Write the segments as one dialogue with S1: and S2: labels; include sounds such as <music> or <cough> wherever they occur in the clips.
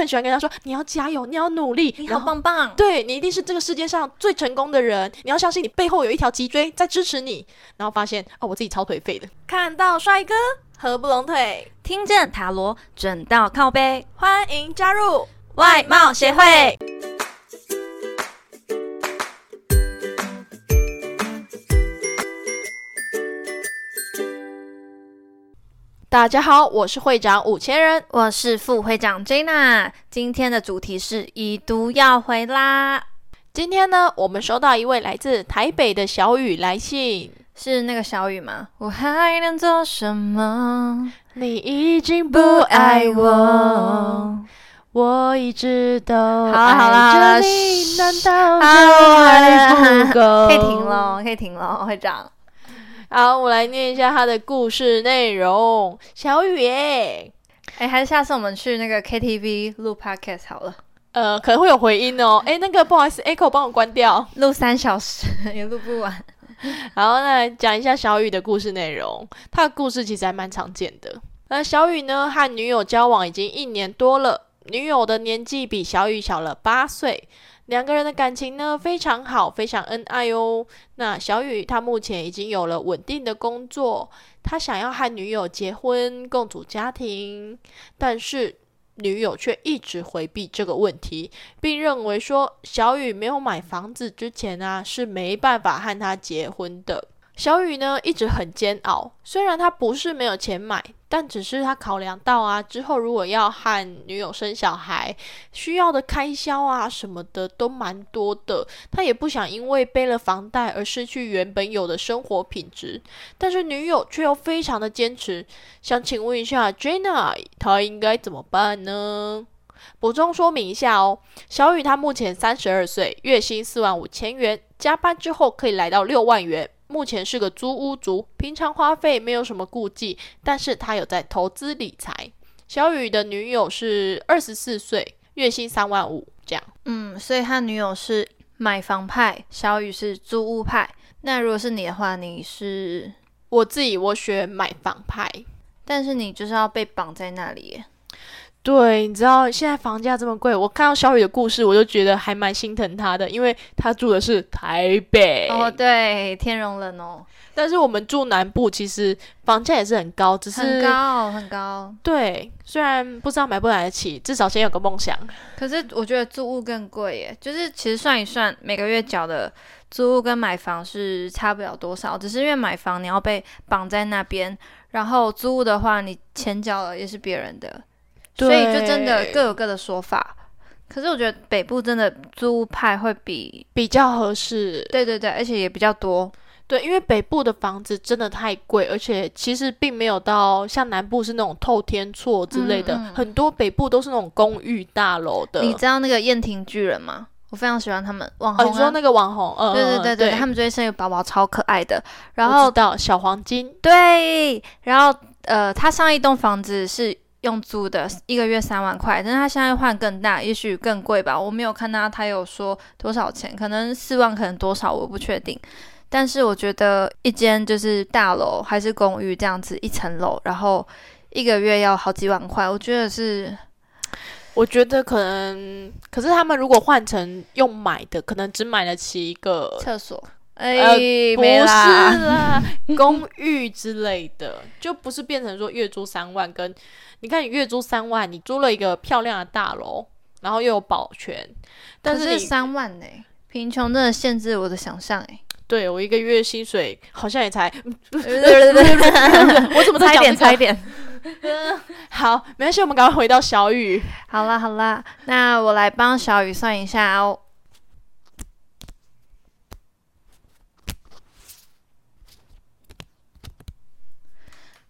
S1: 很喜欢跟他说你要加油，你要努力，
S2: 你
S1: 然
S2: 好
S1: 后
S2: 棒棒，
S1: 对你一定是这个世界上最成功的人，你要相信你背后有一条脊椎在支持你。然后发现哦，我自己超颓废的。
S2: 看到帅哥合不拢腿，听见塔罗准到靠背，
S1: 欢迎加入，
S2: 外貌协会。
S1: 大家好，我是会长五千人。
S2: 我是副会长 Jenna，今天的主题是已读要回啦，
S1: 今天呢，我们收到一位来自台北的小雨来信，
S2: 是那个小雨吗？我还能做什么？
S1: 你已经
S2: 不爱我。
S1: 我一直都好
S2: 了好了好了嘘
S1: 难道
S2: 好了可以停喽，可以停喽，会长。
S1: 好，我来念一下他的故事内容。小雨耶，
S2: 哎，还是下次我们去那个 KTV 录 podcast 好了，
S1: 呃，可能会有回音哦。哎，那个不好意思，Echo 帮我关掉。
S2: 录三小时也录不完。
S1: <laughs> 好，那来讲一下小雨的故事内容。他的故事其实还蛮常见的。那小雨呢，和女友交往已经一年多了，女友的年纪比小雨小了八岁，两个人的感情呢非常好，非常恩爱哦。那小雨她目前已经有了稳定的工作，她想要和女友结婚，共组家庭，但是。女友却一直回避这个问题，并认为说小雨没有买房子之前啊是没办法和他结婚的。小雨呢一直很煎熬，虽然他不是没有钱买，但只是他考量到啊之后如果要和女友生小孩，需要的开销啊什么的都蛮多的，他也不想因为背了房贷而失去原本有的生活品质。但是女友却又非常的坚持，想请问一下 Jenna，她应该怎么办呢？补充说明一下哦，小雨她目前三十二岁，月薪四万五千元，加班之后可以来到六万元。目前是个租屋族，平常花费没有什么顾忌，但是她有在投资理财。小雨的女友是二十四岁，月薪三万五，这样。
S2: 嗯，所以他女友是买房派，小雨是租屋派。那如果是你的话，你是，
S1: 我自己我选买房派，
S2: 但是你就是要被绑在那里耶。
S1: 对，你知道现在房价这么贵，我看到小雨的故事，我就觉得还蛮心疼她的，因为她住的是台北，
S2: 哦，对，天容人哦，
S1: 但是我们住南部，其实房价也是很高，只
S2: 很
S1: 是
S2: 高很高。
S1: 对，虽然不知道买不买得起，至少先有个梦想。
S2: 可是我觉得租屋更贵耶，就是其实算一算，每个月缴的租屋跟买房是差不了多少，只是因为买房你要被绑在那边，然后租屋的话你钱缴了也是别人的，所以就真的
S1: 对
S2: 各有各的说法。可是我觉得北部真的租屋派会比，
S1: 比较合适。
S2: 对对对，而且也比较多。
S1: 对，因为北部的房子真的太贵，而且其实并没有到像南部是那种透天厝之类的，
S2: 嗯嗯
S1: 很多北部都是那种公寓大楼的。
S2: 你知道那个燕庭巨人吗？我非常喜欢他们网
S1: 哦，
S2: 红、
S1: 你说
S2: 啊。
S1: 那个网红，嗯，
S2: 对
S1: 嗯
S2: 对对
S1: 嗯
S2: 对，
S1: 对，
S2: 他们最近生一个宝宝超可爱的，然
S1: 我
S2: 后
S1: 知道小黄金，
S2: 对，然后呃，他上一栋房子是用租的，一个月三万块，但是他现在换更大，也许更贵吧。我没有看到他有说多少钱，可能四万，可能多少，我不确定。但是我觉得一间就是大楼还是公寓这样子一层楼，然后一个月要好几万块，我觉得是
S1: 我觉得可能，可是他们如果换成用买的，可能只买得起一个，
S2: 厕所。哎、
S1: 呃不
S2: 没
S1: 是
S2: 啦，
S1: 啦， <laughs> 公寓之类的，就不是变成说月租三万跟，你看你月租三万，你租了一个漂亮的大楼，然后又有保全，但
S2: 可
S1: 是你
S2: 是三万呢、贫穷真的限制我的想象哎、
S1: 对我一个月薪水好像也 <laughs> 才，
S2: 对对对对，
S1: 我怎么在 <laughs>
S2: 猜
S1: 讲
S2: 点
S1: 这
S2: 猜
S1: 个？
S2: 点。
S1: 好，没关系，我们赶快回到小雨。
S2: 好啦好啦，那我来帮小雨算一下哦。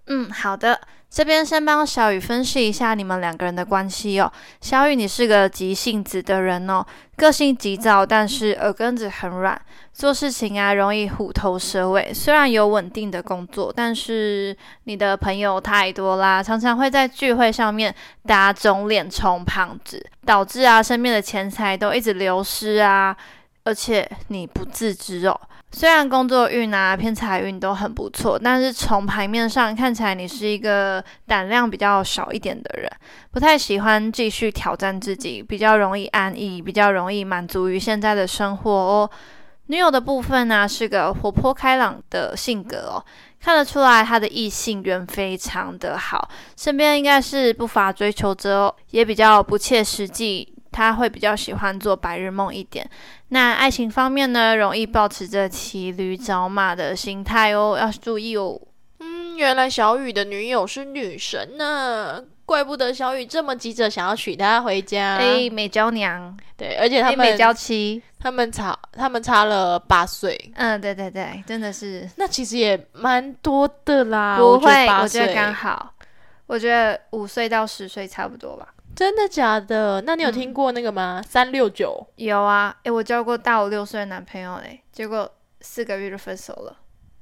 S2: 嗯，好的。这边先帮小雨分析一下你们两个人的关系哦。小雨，你是个急性子的人哦，个性急躁，但是耳根子很软，做事情啊容易虎头蛇尾。虽然有稳定的工作，但是你的朋友太多啦，常常会在聚会上面打肿脸充胖子，导致啊身边的钱财都一直流失啊，而且你不自知哦。虽然工作运啊、偏财运都很不错，但是从牌面上看起来，你是一个胆量比较少一点的人，不太喜欢继续挑战自己，比较容易安逸，比较容易满足于现在的生活哦。女友的部分呢、啊是个活泼开朗的性格哦，看得出来她的异性缘非常的好，身边应该是不乏追求者哦，也比较不切实际。她会比较喜欢做白日梦一点。那爱情方面呢，容易保持着骑驴找马的心态哦，要注意哦。
S1: 嗯，原来小雨的女友是女神呢，怪不得小雨这么急着想要娶她回家。
S2: 哎、美娇娘，
S1: 对，而啊且他
S2: 哎，
S1: 们
S2: 美娇妻，
S1: 他们差他们差了八岁，
S2: 嗯，对对对，真的是、
S1: 那其实也蛮多的啦。
S2: 不
S1: 啊我觉得
S2: 会，
S1: 八
S2: 我觉得
S1: 岁
S2: 刚好，我觉得五岁到十岁差不多吧。
S1: 真的假的？那你有听过那个吗？三六九
S2: 有啊，哎，我交过大我六岁的男朋友嘞，结果四个月就分手了。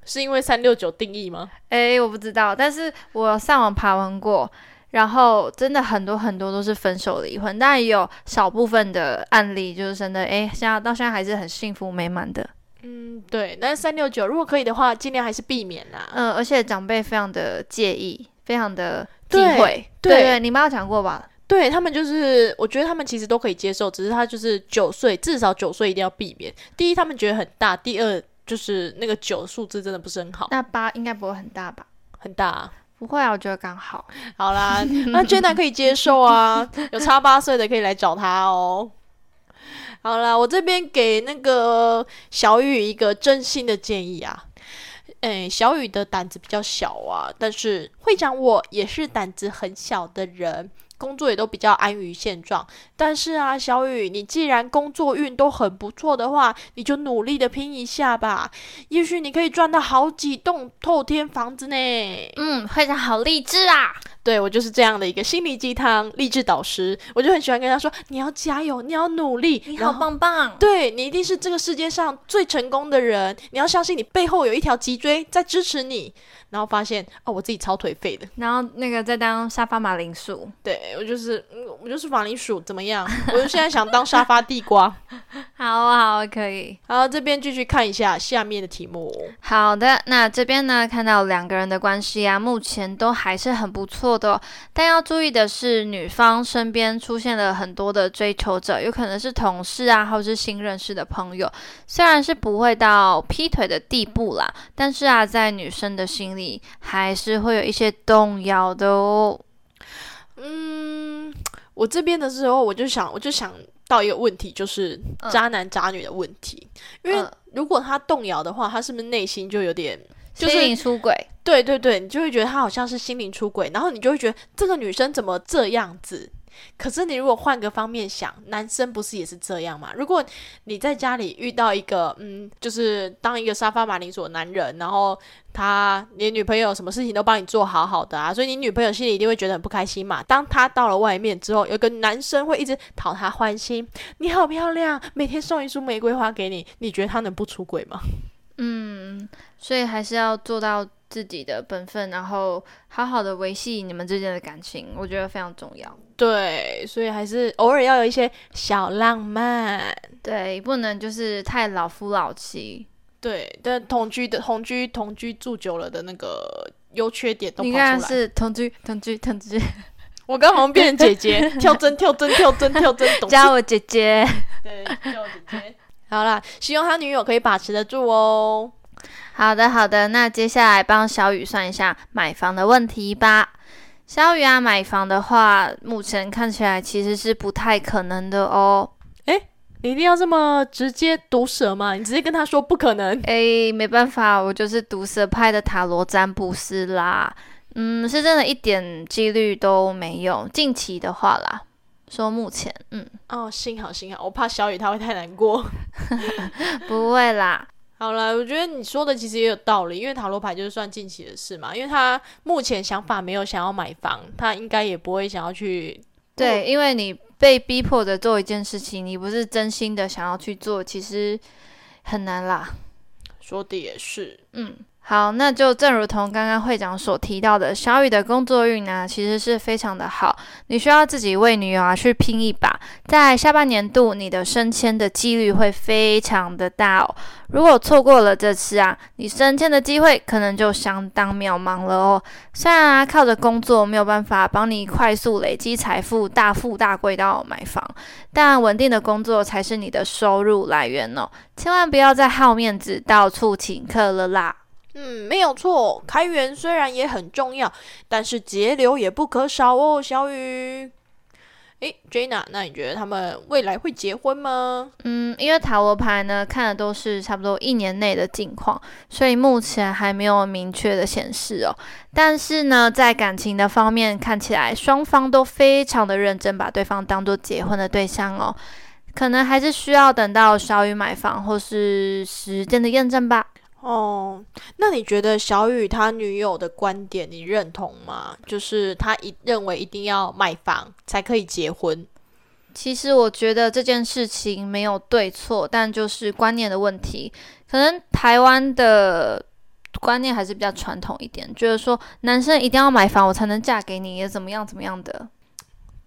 S1: 是因为三六九定义吗？
S2: 诶，哎我不知道，但是我上网爬文过，然后真的很多很多都是分手离婚，但也有少部分的案例，就是真的，诶，现在到现在还是很幸福美满的。
S1: 嗯，对。但是三六九如果可以的话，尽量还是避免啦。
S2: 嗯、而且长辈非常的介意，非常的忌
S1: 对
S2: 讳。
S1: 对
S2: 对你妈有讲过吧？
S1: 对他们就是，我觉得他们其实都可以接受，只是他就是九岁，至少九岁一定要避免。第一，他们觉得很大；第二，就是那个九数字真的不是很好，
S2: 那八应该不会很大吧？
S1: 很大啊、
S2: 不会啊，我觉得刚好。
S1: <laughs> 好啦，那 Jenna 可以接受啊，有差八岁的可以来找他哦。好啦，我这边给那个小雨一个真心的建议啊。诶，小雨的胆子比较小啊，但是会长我也是胆子很小的人，工作也都比较安于现状。但是啊，小雨，你既然工作运都很不错的话，你就努力的拼一下吧，也许你可以赚到好几栋透天房子呢。
S2: 嗯，会长好励志啊！
S1: 对我就是这样的一个心灵鸡汤励志导师，我就很喜欢跟他说：“你要加油，你要努力，
S2: 你
S1: 然
S2: 好
S1: 后
S2: 棒棒。
S1: 对你一定是这个世界上最成功的人，你要相信你背后有一条脊椎在支持你。”然后发现哦，我自己超颓废的，
S2: 然后那个再当沙发马铃薯，
S1: 对我就是嗯我就是马铃薯，怎么样？我就现在想当沙发地
S2: <laughs>
S1: 瓜。
S2: 好啊，好啊，可以。
S1: 然后这边继续看一下下面的题目，
S2: 好的，那这边呢，看到两个人的关系啊，目前都还是很不错的哦、但要注意的是，女方身边出现了很多的追求者，有可能是同事啊，或是新认识的朋友。虽然是不会到劈腿的地步啦，但是啊，在女生的心里还是会有一些动摇的哦。
S1: 嗯，我这边的时候我就想，我就想到一个问题，就是
S2: 嗯
S1: 渣男渣女的问题，因为
S2: 嗯
S1: 如果他动摇的话，他是不是内心就有点？就是
S2: 心灵出轨，
S1: 对对对，你就会觉得他好像是心灵出轨，然后你就会觉得这个女生怎么这样子？可是你如果换个方面想，男生不是也是这样吗？如果你在家里遇到一个，嗯，就是当一个沙发马铃薯的男人，然后他你女朋友什么事情都帮你做好好的啊，所以你女朋友心里一定会觉得很不开心嘛。当她到了外面之后，有个男生会一直讨她欢心，你好漂亮，每天送一束玫瑰花给你，你觉得他能不出轨吗？
S2: 嗯，所以还是要做到自己的本分，然后好好的维系你们之间的感情，我觉得非常重要。
S1: 对，所以还是偶尔要有一些小浪漫。
S2: 对，不能就是太老夫老妻。
S1: 对，但同居的同居同居住久了的那个优缺点都跑
S2: 你
S1: 出
S2: 看
S1: 来。
S2: 是同居，同居，同居，
S1: 我刚好像变成姐 <laughs> 姐，跳针跳针跳针跳针，懂事
S2: 加我姐姐。
S1: 对，叫我姐姐。好啦，希望他女友可以把持得住哦。
S2: 好的，好的，那接下来帮小雨算一下买房的问题吧。小雨啊，买房的话，目前看起来其实是不太可能的哦。
S1: 你一定要这么直接毒舌吗？你直接跟他说不可能。
S2: 诶，没办法，我就是毒舌派的塔罗占卜师啦。嗯，是真的一点几率都没有。近期的话啦，说目前，嗯，
S1: 哦，幸好幸好，我怕小雨他会太难过。
S2: 不会啦。
S1: 好了，我觉得你说的其实也有道理，因为塔罗牌就是算近期的事嘛。因为他目前想法没有想要买房，他应该也不会想要去
S2: 对，因为你被逼迫着做一件事情，你不是真心的想要去做，其实很难啦。
S1: 说的也是。
S2: 嗯，好，那就正如同刚刚会长所提到的，小雨的工作运呢、其实是非常的好，你需要自己为女友啊去拼一把，在下半年度你的升迁的几率会非常的大哦。如果错过了这次啊，你升迁的机会可能就相当渺茫了哦。虽然啊靠着工作没有办法帮你快速累积财富，大富大贵到买房，但稳定的工作才是你的收入来源哦，千万不要再好面子到处请客了啦。
S1: 嗯，没有错，开源虽然也很重要，但是节流也不可少哦，小雨。诶 j e n n a 那你觉得他们未来会结婚吗？
S2: 嗯，因为塔罗牌呢看的都是差不多一年内的近况，所以目前还没有明确的显示哦。但是呢，在感情的方面，看起来双方都非常的认真，把对方当做结婚的对象哦。可能还是需要等到小雨买房或是时间的验证吧。
S1: 哦，那你觉得小雨他女友的观点你认同吗？就是他一认为一定要买房才可以结婚。
S2: 其实我觉得这件事情没有对错，但就是观念的问题。可能台湾的观念还是比较传统一点，觉得说男生一定要买房我才能嫁给你，也怎么样怎么样的。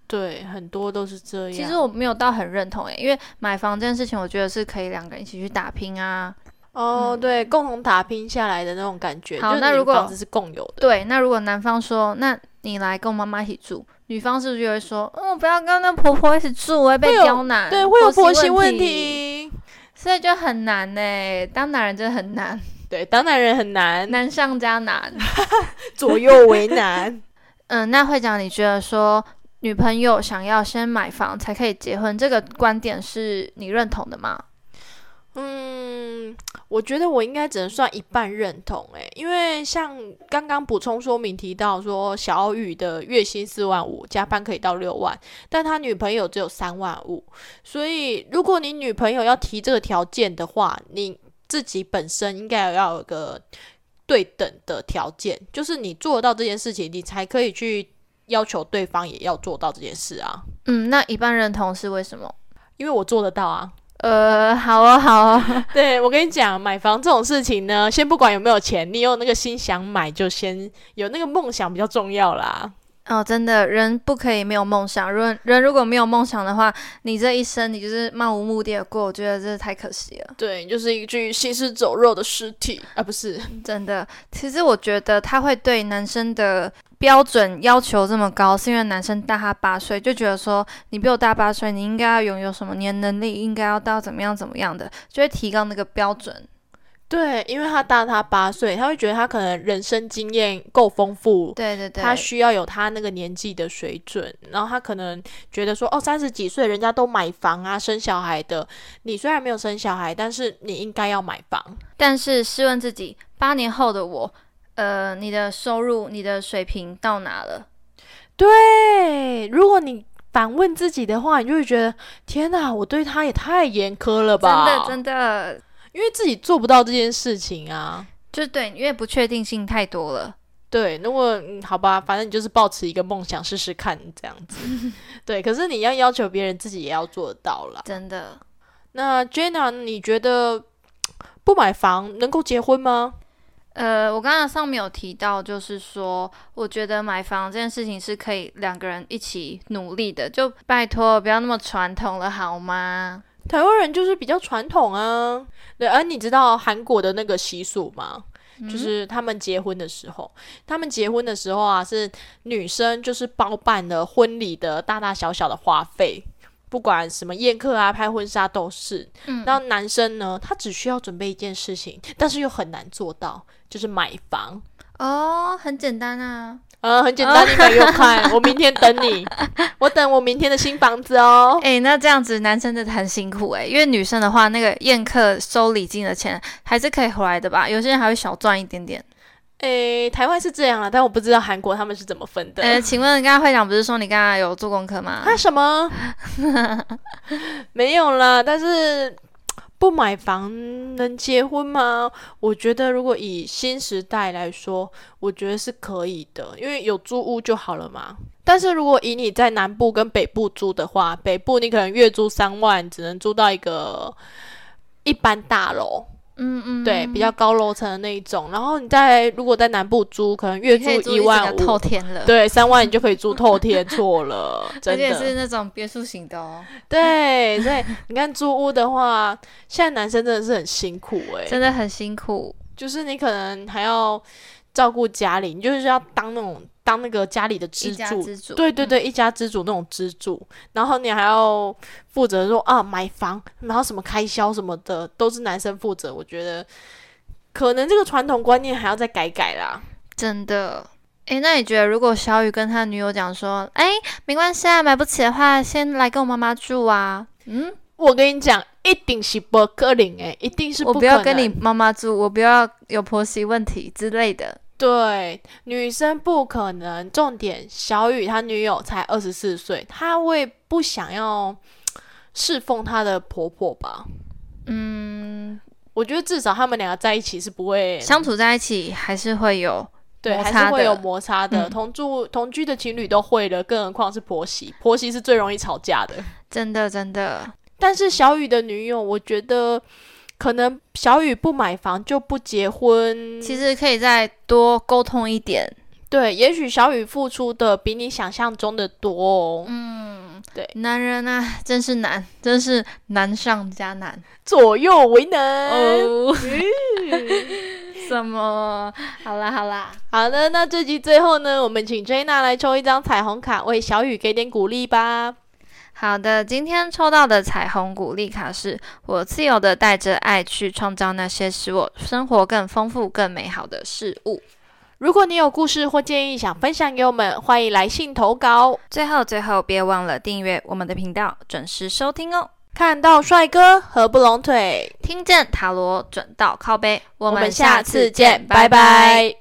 S1: 对，很多都是这样。
S2: 其实我没有到很认同欸诶，因为买房这件事情，我觉得是可以两个人一起去打拼啊。
S1: 哦，对，共同打拼下来的那种感觉。
S2: 好
S1: 就是
S2: 那
S1: 你们
S2: 如果
S1: 房子是共有的，
S2: 对，那如果男方说，那你来跟我妈妈一起住，女方是不是就会说，嗯，我不要跟那婆婆一起住，我会被
S1: 会有
S2: 刁难，
S1: 对，会有婆媳
S2: 嗯问
S1: 问，题。
S2: 所以就很难呢。当男人真的很难，
S1: 对，当男人很难，
S2: 难上加难。
S1: <laughs> 左右为难。
S2: <laughs> 嗯，那会长，你觉得说女朋友想要先买房才可以结婚，这个观点是你认同的吗？
S1: 嗯，我觉得我应该只能算一半认同诶，因为像刚刚补充说明提到说，小雨的月薪四万五，加班可以到六万，但他女朋友只有三万五，所以如果你女朋友要提这个条件的话，你自己本身应该要有个对等的条件，就是你做得到这件事情，你才可以去要求对方也要做到这件事啊，
S2: 嗯，那一半认同是为什么？
S1: 因为我做得到啊。
S2: 呃，好哦，好哦， <laughs>
S1: 对，我跟你讲，买房这种事情呢，先不管有没有钱，你有那个心想买，就先有那个梦想比较重要啦。
S2: 哦，真的，人不可以没有梦想。如果人如果没有梦想的话，你这一生你就是漫无目的的过，我觉得这太可惜了，
S1: 对，就是一具行尸走肉的尸体啊，不是？
S2: 真的。其实我觉得他会对男生的标准要求这么高，是因为男生大他八岁，就觉得说你比我大八岁，你应该要拥有什么，你的能力应该要到怎么样怎么样的，就会提高那个标准。
S1: 对，因为他大他八岁，他会觉得他可能人生经验够丰富。
S2: 对对对，
S1: 他需要有他那个年纪的水准，然后他可能觉得说，哦，三十几岁人家都买房啊，生小孩的，你虽然没有生小孩，但是你应该要买房。
S2: 但是试问自己，八年后的我，呃，你的收入、你的水平到哪了？
S1: 对，如果你反问自己的话，你就会觉得天哪，我对他也太严苛了
S2: 真
S1: 吧？
S2: 的真的，
S1: 因为自己做不到这件事情啊。
S2: 就对，因为不确定性太多了。
S1: 对，如果、嗯、好吧，反正你就是抱持一个梦想试试看这样子。
S2: <laughs>
S1: 对，可是你要要求别人，自己也要做得到啦。
S2: 真的，
S1: 那 Jenna，你觉得不买房能够结婚吗？
S2: 呃，我刚刚上面有提到，就是说，我觉得买房这件事情是可以两个人一起努力的，就拜托不要那么传统了，好吗？
S1: 台湾人就是比较传统啊。对，而你知道韩国的那个习俗吗？
S2: 嗯
S1: 就是他们结婚的时候，他们结婚的时候啊，是女生就是包办了婚礼的大大小小的花费，不管什么宴客啊、拍婚纱都是。
S2: 嗯
S1: 然后男生呢，他只需要准备一件事情，但是又很难做到，就是买房。
S2: 哦，很简单啊，
S1: 呃，很简单，你买给我看，我 <laughs> 明天等你，我等我明天的新房子哦。
S2: 诶，那这样子男生真的很辛苦诶，因为女生的话，那个宴客收礼金的钱还是可以回来的吧？有些人还会小赚一点点。
S1: 诶，台湾是这样啊，但我不知道韩国他们是怎么分的。
S2: 呃，请问刚刚会长不是说你刚刚有做功课吗？
S1: 啊什
S2: <laughs>
S1: 么？没有啦，但是不买房能结婚吗？我觉得如果以新时代来说，我觉得是可以的，因为有租屋就好了嘛。但是如果以你在南部跟北部租的话，北部你可能月租三万，只能租到一个一般大楼。
S2: 嗯嗯，
S1: 对，比较高楼层的那一种。然后你在如果在南部租，可能月
S2: 你可以租
S1: 一
S2: 整
S1: 万
S2: 个
S1: 五
S2: 透，天了，，
S1: 对，三万你就可以住透天，错了，
S2: <laughs> 而
S1: 真
S2: 且
S1: 的
S2: 是那种别墅型的哦，
S1: 对，所以你看租屋的话，现在男生真的是很辛苦哎、
S2: 真的很辛苦。
S1: 就是你可能还要照顾家里，你就是要当那种当那个家里的支
S2: 一家
S1: 柱，
S2: 之主，
S1: 对对
S2: 嗯，
S1: 对，一家之主那种支柱，然后你还要负责说啊买房，然后什么开销什么的都是男生负责，我觉得可能这个传统观念还要再改改啦。
S2: 真的。诶，那你觉得如果小雨跟他女友讲说，诶，没关系啊，买不起的话，先来跟我妈妈住啊，嗯，
S1: 我跟你讲，一定是不可能诶，一定是
S2: 我
S1: 不
S2: 不
S1: 可
S2: 要
S1: 能。
S2: 跟你妈妈住，我不要有婆媳问题之类的。
S1: 对，女生不可能。重点，小雨她女友才二十四岁，她会不想要侍奉她的婆婆吧？
S2: 嗯，
S1: 我觉得至少他们两个在一起是不会
S2: 相处在一起还是会有，
S1: 对，
S2: 摩
S1: 还
S2: 擦
S1: 是会有
S2: 的
S1: 摩擦的。
S2: 嗯
S1: 同住同居的情侣都会的，更何况是婆媳，婆媳是最容易吵架的。
S2: 真的真的，
S1: 但是小雨的女友，我觉得可能小雨不买房就不结婚，
S2: 其实可以再多沟通一点。
S1: 对，也许小雨付出的比你想象中的多哦。
S2: 嗯男人啊，真是难，真是难上加难
S1: 左右为难。
S2: 哦。 <laughs> 什么？好啦好啦，
S1: 好的，那这集最后呢，我们请 Jenna 来抽一张彩虹卡，为小雨给点鼓励吧。
S2: 好的，今天抽到的彩虹鼓励卡是：我自由的带着爱去创造那些使我生活更丰富、更美好的事物。
S1: 如果你有故事或建议想分享给我们，欢迎来信投稿。
S2: 最后最后，别忘了订阅我们的频道，准时收听哦。
S1: 看到帅哥合不拢腿，
S2: 听见塔罗，准到靠背。我
S1: 我
S2: 们
S1: 们
S2: 下
S1: 下
S2: 次
S1: 次
S2: 见，
S1: 见，
S2: 拜
S1: 拜
S2: 拜
S1: 拜